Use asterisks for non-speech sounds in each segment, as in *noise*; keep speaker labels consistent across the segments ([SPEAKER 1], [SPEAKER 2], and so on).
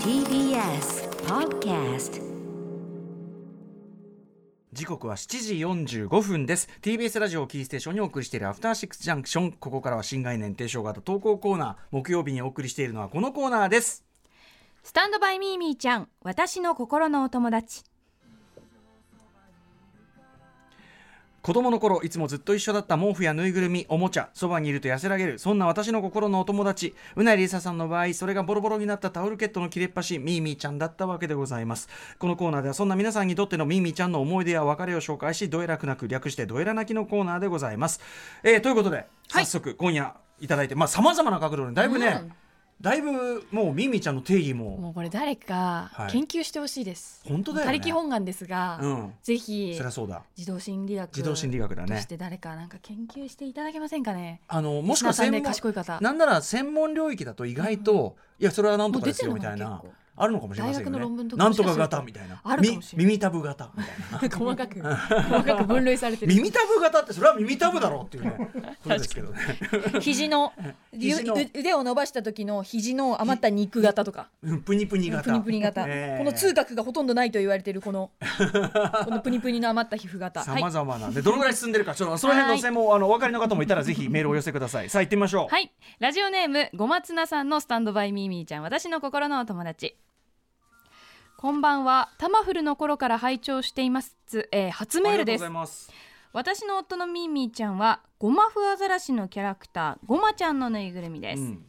[SPEAKER 1] TBS Podcast
[SPEAKER 2] 時刻は7時45分です TBS ラジオキーステーションにお送りしているアフターシックスジャンクションここからは新概念提唱型投稿コーナー木曜日にお送りしているのはこのコーナーです
[SPEAKER 3] スタンドバイミーミーちゃん私の心のお友達
[SPEAKER 2] 子供の頃いつもずっと一緒だった毛布やぬいぐるみおもちゃそばにいると痩せらげるそんな私の心のお友達うなりりささんの場合それがボロボロになったタオルケットの切れっ端ミーミーちゃんだったわけでございますこのコーナーではそんな皆さんにとってのミーミーちゃんの思い出や別れを紹介しどえらくなく略してどえらなきのコーナーでございます、えーということで早速今夜いただいてまあさまざまな角度でだいぶね、だいぶもうミーミーちゃんの定義も
[SPEAKER 4] もうこれ誰か
[SPEAKER 2] はい
[SPEAKER 4] 研究してほしいです。
[SPEAKER 2] 本当だよ
[SPEAKER 4] 他
[SPEAKER 2] ね
[SPEAKER 4] 力本願ですが、
[SPEAKER 2] うん
[SPEAKER 4] ぜひ
[SPEAKER 2] そりゃそうだ
[SPEAKER 4] 自動心理学
[SPEAKER 2] 自動心理学だね
[SPEAKER 4] として誰かなんか研究していただけませんかね。
[SPEAKER 2] あのもしくは
[SPEAKER 4] リスナーさ
[SPEAKER 2] 専
[SPEAKER 4] んで
[SPEAKER 2] 門
[SPEAKER 4] 賢い方
[SPEAKER 2] なんなら専門領域だと意外と、いやそれはなんとかですよ
[SPEAKER 4] もう
[SPEAKER 2] み
[SPEAKER 4] 出て
[SPEAKER 2] たい
[SPEAKER 4] るのかな
[SPEAKER 2] なあるのかもしれませんよ
[SPEAKER 4] 大学
[SPEAKER 2] ね
[SPEAKER 4] の論文とか
[SPEAKER 2] なんと
[SPEAKER 4] も
[SPEAKER 2] か
[SPEAKER 4] しかすると
[SPEAKER 2] 型みたいな
[SPEAKER 4] あるかもしれな
[SPEAKER 2] み
[SPEAKER 4] い
[SPEAKER 2] 耳たぶ型みたい
[SPEAKER 4] *laughs*
[SPEAKER 2] な
[SPEAKER 4] 細かく細かく分類されてる。
[SPEAKER 2] 耳たぶ型ってそれは耳たぶだろうってい
[SPEAKER 4] *laughs*
[SPEAKER 2] うねことですけどね
[SPEAKER 3] 肘の
[SPEAKER 2] *laughs* 肘の
[SPEAKER 3] ゆ腕を伸ばした時の肘の余った肉型とか
[SPEAKER 2] うんプニプニ型
[SPEAKER 3] プニプニ型、この痛覚がほとんどないと言われているこのこのプニプニの余った皮膚
[SPEAKER 2] *laughs*
[SPEAKER 3] 型
[SPEAKER 2] さ
[SPEAKER 3] はい
[SPEAKER 2] まざまなんでどのぐらい進んでるかちょっとその辺の専門あのお分かりの方もいたらぜひメールをお寄せくださいさあ行ってみましょう、
[SPEAKER 4] はい、ラジオネームごまつなさんのスタンドバイミーミーちゃん私の心のお友達こんばんはタマフルの頃から拝聴していますつ、えー初メールです
[SPEAKER 2] ありがとうございます
[SPEAKER 4] 私の夫のミーミーちゃんはゴマフアザラシのキャラクターゴマちゃんのぬいぐるみです、
[SPEAKER 2] うん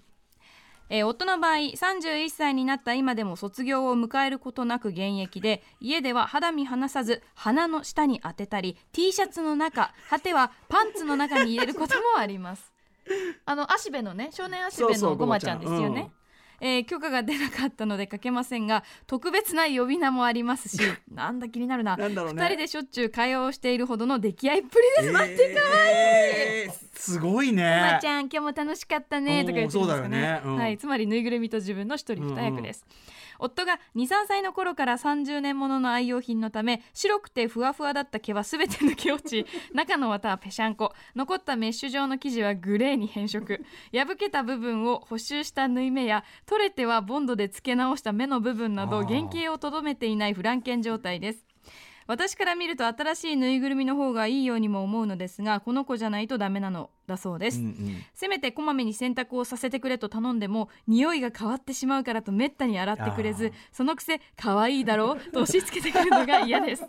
[SPEAKER 4] えー夫の場合31歳になった今でも卒業を迎えることなく現役で家では肌身離さず鼻の下に当てたり T シャツの中果てはパンツの中に入れることもあります *laughs* あの足部のね少年足
[SPEAKER 2] そう
[SPEAKER 4] 部
[SPEAKER 2] そう
[SPEAKER 4] のゴマちゃんですよ
[SPEAKER 2] ゴマちゃん
[SPEAKER 4] ねえー許可が出なかったので書けませんが特別な呼び名もあります
[SPEAKER 2] *laughs*
[SPEAKER 4] しなんだ気になるな
[SPEAKER 2] なんだろうね
[SPEAKER 4] 二人でしょっちゅう会話をしているほどの出来合いっぷりです、待ってか
[SPEAKER 2] えーすごいね
[SPEAKER 4] ママちゃん今日も楽しかったねとか言ってるんですかね
[SPEAKER 2] うんそうだよねうん
[SPEAKER 4] はい、つまりぬいぐるみと自分の一人二役です、夫が23歳の頃から30年ものの愛用品のため白くてふわふわだった毛は全て抜け落ち中の綿はぺしゃんこ残ったメッシュ状の生地はグレーに変
[SPEAKER 2] *laughs*
[SPEAKER 4] 色破けた部分を補修した縫い目や取れてはボンドで付け直した目の部分な
[SPEAKER 2] あ
[SPEAKER 4] ど
[SPEAKER 2] ー
[SPEAKER 4] 原型をとどめていないフランケン状態です私から見ると新しいぬいぐるみの方がいいようにも思うのですがこの子じゃないとダメなのだそうです、
[SPEAKER 2] うんうん
[SPEAKER 4] せめてこまめに洗濯をさせてくれと頼んでも匂いが変わってしまうからとめったに洗ってくれ
[SPEAKER 2] あー
[SPEAKER 4] ずそのくせ可愛いだろうと押し付けてくるのが嫌
[SPEAKER 2] *laughs*
[SPEAKER 4] です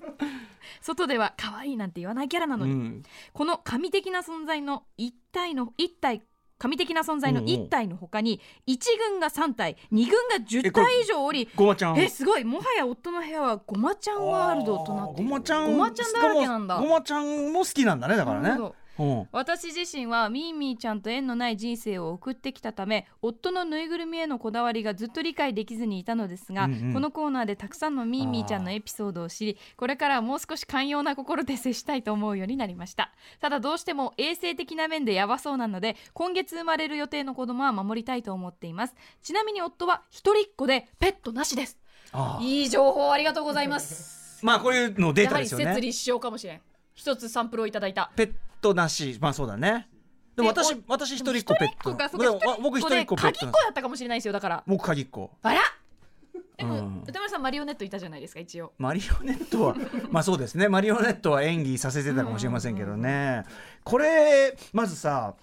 [SPEAKER 4] 外では可愛いなんて言わないキャラなのに、
[SPEAKER 2] うん
[SPEAKER 4] この神的な存在の一体の一体神的な存在の一体の他に1軍が3体2軍が10体以上おり
[SPEAKER 2] ごまちゃん
[SPEAKER 4] えすごいもはや夫の部屋はごまちゃんワールドとなっている
[SPEAKER 2] ごまちゃん
[SPEAKER 4] ごまちゃんだらけなんだ
[SPEAKER 2] しかもごまちゃんも好きなんだねだから
[SPEAKER 4] なるほ
[SPEAKER 2] ね
[SPEAKER 4] ど
[SPEAKER 2] うん
[SPEAKER 4] 私自身はミーミーちゃんと縁のない人生を送ってきたため夫のぬいぐるみへのこだわりがずっと理解できずにいたのですが、
[SPEAKER 2] うんうん
[SPEAKER 4] このコーナーでたくさんのミーミーちゃんのエピソードを知りこれからはもう少し寛容な心で接したいと思うようになりましたただどうしても衛生的な面でやばそうなので今月生まれる予定の子供は守りたいと思っていますちなみに夫は一人っ子でペットなしです
[SPEAKER 2] ああ
[SPEAKER 3] いい情報ありがとうございます
[SPEAKER 2] まあこういうのデー
[SPEAKER 3] や
[SPEAKER 2] タ
[SPEAKER 3] は
[SPEAKER 2] で
[SPEAKER 3] り
[SPEAKER 2] すよ
[SPEAKER 3] 設
[SPEAKER 2] ね
[SPEAKER 3] 立しようかもしれん一つサンプルをいただいた
[SPEAKER 2] ペットなしまあそうだねでも
[SPEAKER 3] で
[SPEAKER 2] 私私一人っ子ペット
[SPEAKER 3] 一人っ子かそう
[SPEAKER 2] で
[SPEAKER 3] か
[SPEAKER 2] もわ僕一人っ子ペッ
[SPEAKER 3] 鍵
[SPEAKER 2] ト
[SPEAKER 3] っ
[SPEAKER 2] な
[SPEAKER 3] 子だったかもしれないですよだから
[SPEAKER 2] 僕鍵っ子
[SPEAKER 3] あら
[SPEAKER 2] う
[SPEAKER 3] でも、
[SPEAKER 2] ん
[SPEAKER 3] 歌丸さんマリオネットいたじゃないですか一応
[SPEAKER 2] マリオネットは *laughs* まあそうですねマリオネットは演技させてたかもしれませんけどねこれまずさ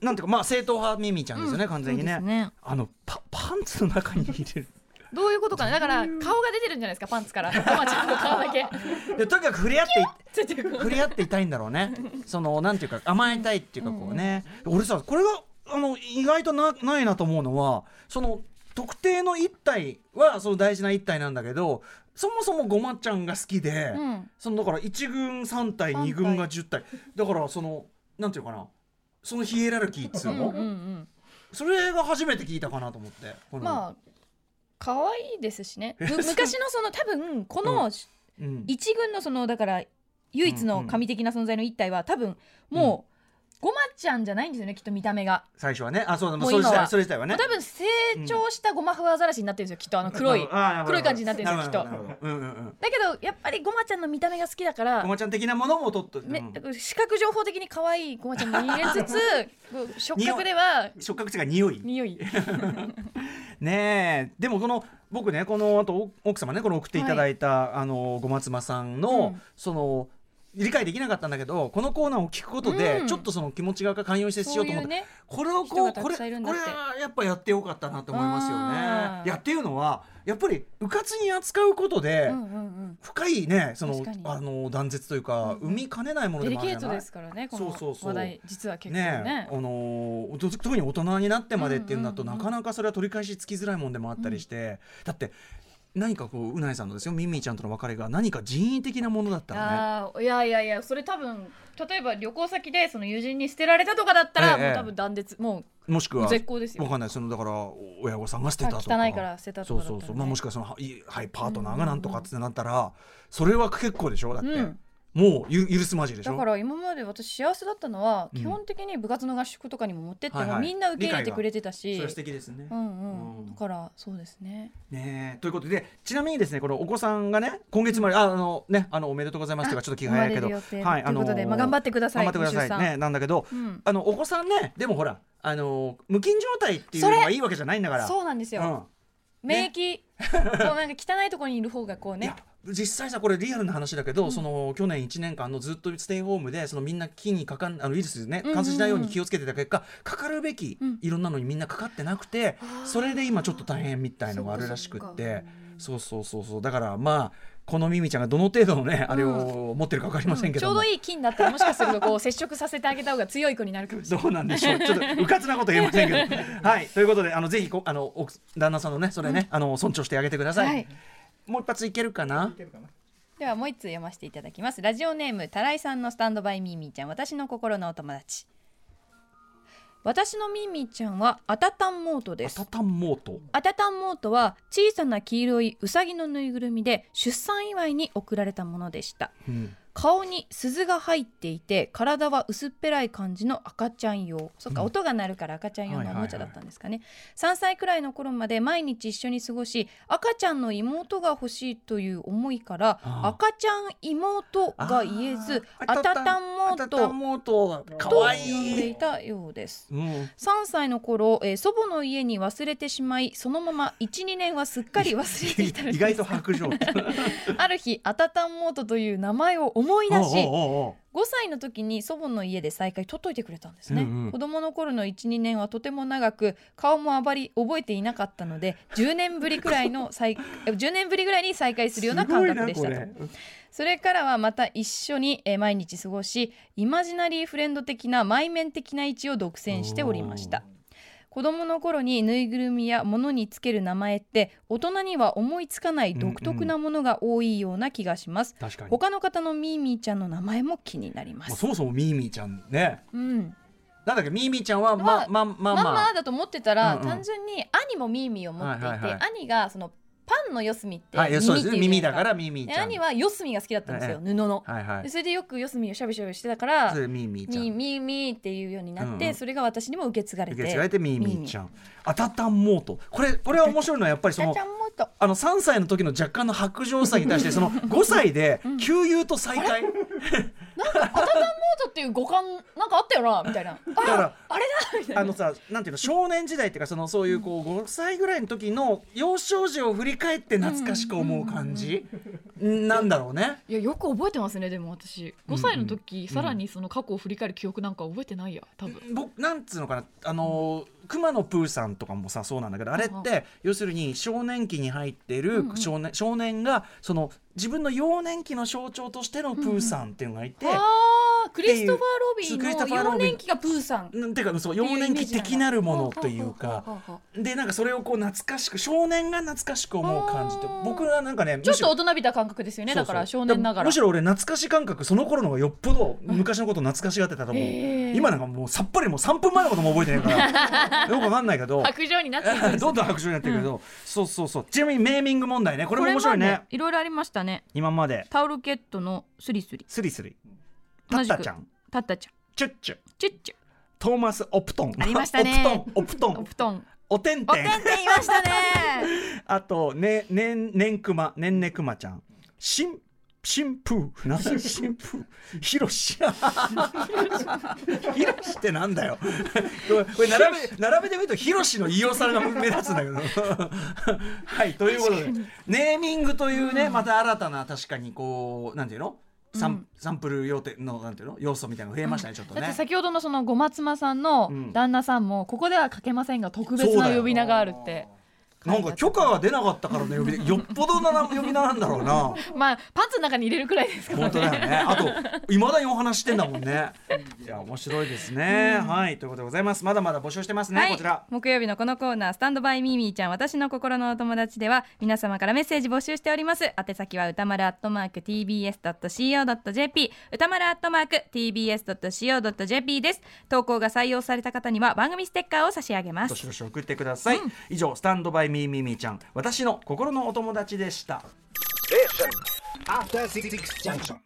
[SPEAKER 2] なんていうかまあ正統派ミミちゃんですよね完全に
[SPEAKER 4] そう
[SPEAKER 2] ね
[SPEAKER 4] ですね
[SPEAKER 2] あのパ *laughs* パンツの中に入れる
[SPEAKER 3] どういうことかねだから顔が出てるんじゃないですかパンツから *laughs* ママちゃんの顔だけ
[SPEAKER 2] でとにかく触れ合ってい
[SPEAKER 3] ついてる
[SPEAKER 2] 触れ合っていたいんだろう
[SPEAKER 3] *laughs*
[SPEAKER 2] ねそのなんていうか甘えたいっていうかこうね、俺さこれがあの意外となないなと思うのはその特定の一体はその大事な一体なんだけどそもそもごまちゃんが好きで、
[SPEAKER 4] うん
[SPEAKER 2] そのだから1軍3体2軍が10体だからそのなんていうかなそのヒエラルキーっつうの、
[SPEAKER 3] うんうん
[SPEAKER 2] それが初めて聞いたかなと思って
[SPEAKER 3] うん
[SPEAKER 2] この
[SPEAKER 3] まあ可愛いですし
[SPEAKER 2] *laughs*
[SPEAKER 3] ねむ昔のその多分こ
[SPEAKER 2] う
[SPEAKER 3] の
[SPEAKER 2] うん
[SPEAKER 3] 一軍のそのだから唯一
[SPEAKER 2] うん
[SPEAKER 3] の
[SPEAKER 2] うん
[SPEAKER 3] 神的な存在の一体は多分もうごまちゃんじゃないんですよねきっと見た目が
[SPEAKER 2] 最初はねあそうだまあ
[SPEAKER 3] もう
[SPEAKER 2] それ自
[SPEAKER 3] 今
[SPEAKER 2] 体
[SPEAKER 3] は
[SPEAKER 2] それ自体はね
[SPEAKER 3] 多分成長したゴマフアザラシになってるんですよきっとあの黒い
[SPEAKER 2] あーなるほど
[SPEAKER 3] 黒い感じになってるんですよきっと
[SPEAKER 2] なるほどなるほどうんうんうん
[SPEAKER 3] だけどやっぱりゴマちゃんの見た目が好きだから
[SPEAKER 2] ごまちゃん的なものも取っと、
[SPEAKER 3] ね
[SPEAKER 2] うん、
[SPEAKER 3] 視覚情報的に可愛いゴマ
[SPEAKER 2] *laughs*
[SPEAKER 3] ちゃんも入れつつ触覚では
[SPEAKER 2] 触覚違い匂い
[SPEAKER 3] 匂い
[SPEAKER 2] ねえでもこの僕ねこのあとお奥様ねこの送っていただいた、あのご松間さんの、
[SPEAKER 3] うん
[SPEAKER 2] その理解できなかったんだけどこのコーナーを聞くことで、
[SPEAKER 3] うん
[SPEAKER 2] ちょっとその気持ちが寛容に接しよ
[SPEAKER 4] そう
[SPEAKER 2] うと
[SPEAKER 4] い
[SPEAKER 2] 思っ
[SPEAKER 4] う
[SPEAKER 2] て、
[SPEAKER 4] ね
[SPEAKER 2] これをこう
[SPEAKER 4] 人が
[SPEAKER 2] こ
[SPEAKER 4] た
[SPEAKER 2] れ
[SPEAKER 4] く
[SPEAKER 2] こ
[SPEAKER 4] さんい
[SPEAKER 2] れ
[SPEAKER 4] るんだって
[SPEAKER 2] はやっぱやってよかったなと思いますよ
[SPEAKER 3] あ
[SPEAKER 2] ね。
[SPEAKER 3] ー
[SPEAKER 2] やっていうのはやっぱりうかつに扱うことで、
[SPEAKER 3] うんうん
[SPEAKER 2] 深いねその
[SPEAKER 4] 確かに
[SPEAKER 2] あの断絶というか、生みかねないも
[SPEAKER 4] う
[SPEAKER 2] の
[SPEAKER 4] んデリ
[SPEAKER 2] でもある
[SPEAKER 4] ケート
[SPEAKER 2] じゃない
[SPEAKER 4] ですからねこ
[SPEAKER 2] そうそう
[SPEAKER 4] の
[SPEAKER 2] そう
[SPEAKER 4] 話題実は結構
[SPEAKER 2] ね
[SPEAKER 4] ね
[SPEAKER 2] あのーと特に大人になってまでっていうのだ
[SPEAKER 4] う
[SPEAKER 2] と、
[SPEAKER 4] んうんうん
[SPEAKER 2] なかなかそれは取り返しつきづらいもんでもあったりして、だって何かこううないさんのですよミミィちゃんとの別れが何か人為的なものだったらね。
[SPEAKER 3] あーいやいやいやそれ多分例えば旅行先でその友人に捨てられたとかだった
[SPEAKER 2] え
[SPEAKER 3] ら、も
[SPEAKER 2] え
[SPEAKER 3] う多分断絶も
[SPEAKER 2] もしく
[SPEAKER 3] う
[SPEAKER 2] は
[SPEAKER 3] 絶好ですよ
[SPEAKER 2] わかんないそのだからお親御さんが捨てたとか
[SPEAKER 3] 汚いから捨てたと
[SPEAKER 2] そ
[SPEAKER 3] かだ
[SPEAKER 2] う
[SPEAKER 3] ったらね、
[SPEAKER 2] そうそう、まあ、もしくはそのはいいはいパートナーがなんとかってなったら、それは結構でしょだって、
[SPEAKER 3] うん
[SPEAKER 2] もうゆ許すまじでしょ
[SPEAKER 3] だから今まで私幸せだったのは、
[SPEAKER 2] うん
[SPEAKER 3] 基本的に部活の合宿とかにも持ってっても、
[SPEAKER 2] はいはい
[SPEAKER 3] みんな受け入れてくれてたし
[SPEAKER 2] それは素敵ですね
[SPEAKER 3] う。ん
[SPEAKER 2] う
[SPEAKER 3] うんん、だからそうですね
[SPEAKER 2] ねえということでちなみにですねこのお子さんがね今月まで、ああのねあのおめでとうございますとかちょっと気が早いけど
[SPEAKER 3] 生まれる予定
[SPEAKER 2] はい
[SPEAKER 3] ということで、まあ、頑張ってください
[SPEAKER 2] 頑張ってくださいねなんだけ
[SPEAKER 3] ご
[SPEAKER 2] ど
[SPEAKER 3] 出産
[SPEAKER 2] あのお子さんねでもほらあの無菌状態っていうの
[SPEAKER 3] そ
[SPEAKER 2] が
[SPEAKER 3] れ
[SPEAKER 2] いいわけじゃないんだか
[SPEAKER 3] うん、
[SPEAKER 2] ら
[SPEAKER 3] そうなんですよ、免疫こうなんか汚いところにいる方がこう
[SPEAKER 2] うんい
[SPEAKER 3] ね
[SPEAKER 2] や実際さこれリアルな話だけど、その去年1年間のずっとステイホームでそのみんな菌にかかんあのウイルスですね
[SPEAKER 3] うんうん
[SPEAKER 2] 感染しないように気をつけてた結果、かかるべき
[SPEAKER 3] うん
[SPEAKER 2] いろんなのにみんなかかってなくて、それで今ちょっと大変みたいのがあるらしくってそうそうそうそうだからまあこのミミちゃんがどの程度のねあれを持ってるか分かりませんけ
[SPEAKER 3] ち
[SPEAKER 2] ど
[SPEAKER 3] ょう
[SPEAKER 2] も、
[SPEAKER 3] どいい菌だったらもしかするとこう接触させてあげた方が強い子になるかもしれない
[SPEAKER 2] どうなんでしょう。ちょっとうかつなこと言えませんけど。
[SPEAKER 4] *laughs*
[SPEAKER 2] はい。ということで、あのぜひこあの奥旦那さんのね、それね、あの尊重してあげてください。
[SPEAKER 3] はい
[SPEAKER 2] もう一発いけるかな。
[SPEAKER 4] ではもう一通読ませていただきますラジオネームたらいさんのスタンドバイミーミーちゃん私の心のお友達私のミーミーちゃんはアタタンモートで
[SPEAKER 2] ア
[SPEAKER 4] す
[SPEAKER 2] タタンモート。
[SPEAKER 4] アタタンモートは小さな黄色いウサギのぬいぐるみで出産祝いに贈られたものでした
[SPEAKER 2] うん。
[SPEAKER 4] 顔に鈴が入っていて体は薄っぺらい感じの赤ちゃん用そっか、
[SPEAKER 2] うん
[SPEAKER 4] 音が鳴るから赤ちゃん用
[SPEAKER 2] はい
[SPEAKER 4] の
[SPEAKER 2] は
[SPEAKER 4] お
[SPEAKER 2] いはい
[SPEAKER 4] もちゃだったんですかね、3歳くらいの頃まで毎日一緒に過ごし赤ちゃんの妹が欲しいという思いから
[SPEAKER 2] ああ
[SPEAKER 4] 赤ちゃん妹が言えず
[SPEAKER 2] あー
[SPEAKER 4] アタタンモ
[SPEAKER 2] ア
[SPEAKER 4] ー
[SPEAKER 2] タタ
[SPEAKER 4] ト
[SPEAKER 2] ンモート。
[SPEAKER 4] と
[SPEAKER 2] 可
[SPEAKER 4] 呼んで
[SPEAKER 2] 愛い
[SPEAKER 4] いたようです
[SPEAKER 2] うん。
[SPEAKER 4] 3歳の頃、えー祖母の家に忘れてしまいそのまま12年はすっかり忘れていたらし
[SPEAKER 2] 意
[SPEAKER 4] いです
[SPEAKER 2] 外と白状。
[SPEAKER 4] *laughs* ある日アタタンモートという名前を思い出し
[SPEAKER 2] おうおうおうおう
[SPEAKER 4] 5歳の時に祖母の家で再会取っといてくれたんですね、
[SPEAKER 2] うんうん
[SPEAKER 4] 子供の頃の12年はとても長く顔もあまり覚えていなかったので10年ぶりくらいの再10年ぶりぐらいに再会するような感覚でし
[SPEAKER 2] すご
[SPEAKER 4] たと
[SPEAKER 2] いなこれ
[SPEAKER 4] それからはまた一緒にえー毎日過ごしイマジナリーフレンド的なマイメン的な位置を独占しておりました子供の頃にぬいぐるみや物につける名前って大人には思いつかない独特なものが多いような気がします、
[SPEAKER 2] 確かに。
[SPEAKER 4] 他の方のミーミーちゃんの名前も気になりま
[SPEAKER 2] まあ
[SPEAKER 4] す
[SPEAKER 2] そもそもミーミーちゃんね。
[SPEAKER 4] うん、
[SPEAKER 2] なんだっけミーミーちゃんはま
[SPEAKER 4] は
[SPEAKER 2] まま
[SPEAKER 4] ま
[SPEAKER 2] あ
[SPEAKER 4] あま
[SPEAKER 2] ま
[SPEAKER 4] あだと思ってたら、
[SPEAKER 2] うんうん
[SPEAKER 4] 単純に兄もミーミーを持っていて、
[SPEAKER 2] はいはいはい
[SPEAKER 4] 兄がそのパンの四隅って
[SPEAKER 2] あ。はい。そうですね。
[SPEAKER 4] 耳
[SPEAKER 2] 耳
[SPEAKER 4] っていうじゃ
[SPEAKER 2] だ
[SPEAKER 4] ないです
[SPEAKER 2] からミーミー
[SPEAKER 4] で
[SPEAKER 2] ちゃん。
[SPEAKER 4] 兄は四隅が好きだったんですよ、布の、
[SPEAKER 2] はいは
[SPEAKER 4] で
[SPEAKER 2] い。
[SPEAKER 4] それでよく四隅をしゃびしゃびしてたから
[SPEAKER 2] それでミーミーちゃん
[SPEAKER 4] ミー。ミーミーっていうようになって、
[SPEAKER 2] うんうん
[SPEAKER 4] それが私にも受け継がれて
[SPEAKER 2] 受け継がれてミーミーちゃん。あたたんモート。これこれは面白いのはやっぱりその
[SPEAKER 4] ちゃんもっと
[SPEAKER 2] あの3歳の時の若干の白状さに対して *laughs* その5歳で旧友と再会。
[SPEAKER 3] ちょっという五感なんかあったよなみたいな
[SPEAKER 2] *laughs* だから
[SPEAKER 3] あれだみたいな
[SPEAKER 2] あのさなんていうの少年時代っていうかそのそういうこう5歳ぐらいの時の幼少時を振り返って懐かしく思う感じなんだろうね。
[SPEAKER 3] いやよく覚えてますねでも私
[SPEAKER 2] うん
[SPEAKER 3] 5歳の時、さらにその過去を振り返る記憶なんか覚えてないや多分、
[SPEAKER 2] 僕なんつうのかなあのー熊野プーさんとかもさそうなんだけどあれ
[SPEAKER 3] うん
[SPEAKER 2] っ
[SPEAKER 3] うん
[SPEAKER 2] て要するに少年期に入ってる少年,、少年がその自分の幼年期の象徴としてのプーさんっていうのがいて。
[SPEAKER 3] ああク
[SPEAKER 2] リスト
[SPEAKER 3] ァ
[SPEAKER 2] フーロビーのそうクリストファーロビー幼年期
[SPEAKER 3] がプーさん
[SPEAKER 2] うんていうかそう幼年期的なるものというかでなんかそれをこう懐かしく少年が懐かしく思う感じと僕はなんかね
[SPEAKER 3] ちょっと
[SPEAKER 2] む
[SPEAKER 3] 大人びた感覚ですよね
[SPEAKER 2] しろ
[SPEAKER 3] だから少
[SPEAKER 2] そうそう
[SPEAKER 3] 年ながら
[SPEAKER 2] むしろ俺懐かし感覚その頃の方がよっぽど昔のこと懐かしがってたと思う、
[SPEAKER 3] へー
[SPEAKER 2] 今なんかもうさっぱりもう3分前のことも覚えてないからよくわかんないけど
[SPEAKER 3] 白状になっていくんです
[SPEAKER 2] どんどん白状になってるけど、そうそうそうちなみにネーミング問題ね *laughs* これも面白いね
[SPEAKER 4] いろいろありましたね
[SPEAKER 2] 今まで
[SPEAKER 4] タオルケットのスリスリ
[SPEAKER 2] スリスリタ
[SPEAKER 4] 同
[SPEAKER 2] ッ
[SPEAKER 4] じく
[SPEAKER 2] タちゃん
[SPEAKER 4] タッタちゃん
[SPEAKER 2] チュッチュ
[SPEAKER 4] チュッチュ
[SPEAKER 2] トーマス・オプトン
[SPEAKER 4] ありましたね
[SPEAKER 2] オプトンオ
[SPEAKER 4] お
[SPEAKER 2] プトン
[SPEAKER 4] 布団
[SPEAKER 2] おてん
[SPEAKER 4] お
[SPEAKER 2] て
[SPEAKER 4] てんてん
[SPEAKER 2] ん
[SPEAKER 4] 言いましたね
[SPEAKER 2] あとねねんねんくまねんねくまちゃんしん新風なん *laughs* だ新風ひろし *laughs* ひろしってなんだよこれこれ並べ並べてみるとひろしの飯尾さんが目立つんだけど *laughs* はいということでネーミングというねまた新たな確かにこうなんていうのサン,、サンプル要点のなんていうの要素みたいなのが増えましたね、ちょっと
[SPEAKER 4] *laughs* だって
[SPEAKER 2] ね。
[SPEAKER 4] 先ほどのそのごま妻さんの
[SPEAKER 2] うん
[SPEAKER 4] 旦那さんもここでは書けませんが特別な呼び名があるって
[SPEAKER 2] なんか許可が出なかったからの呼びでよっぽどな呼び名なんだろうな。
[SPEAKER 4] まあパンツの中に入れるくらいですから
[SPEAKER 2] 本当だよね。あと、いまだにお話してんだもんね。いや、面白いですね。はい、ということでございます。まだまだ募集してますね、
[SPEAKER 4] はい
[SPEAKER 2] こちら。
[SPEAKER 4] 木曜日のこのコーナー「スタンドバイミーミーちゃん私の心のお友達」では皆様からメッセージ募集しております宛先は歌丸アットマーク TBS.CO.JP 歌丸アットマーク TBS.CO.JP です投稿が採用された方には番組ステッカーを差し上げま
[SPEAKER 2] ど
[SPEAKER 4] す
[SPEAKER 2] しどし送ってください。以上、スタンドバイミーミーミーちゃん、私の心のお友達でした。
[SPEAKER 5] After Six Junction.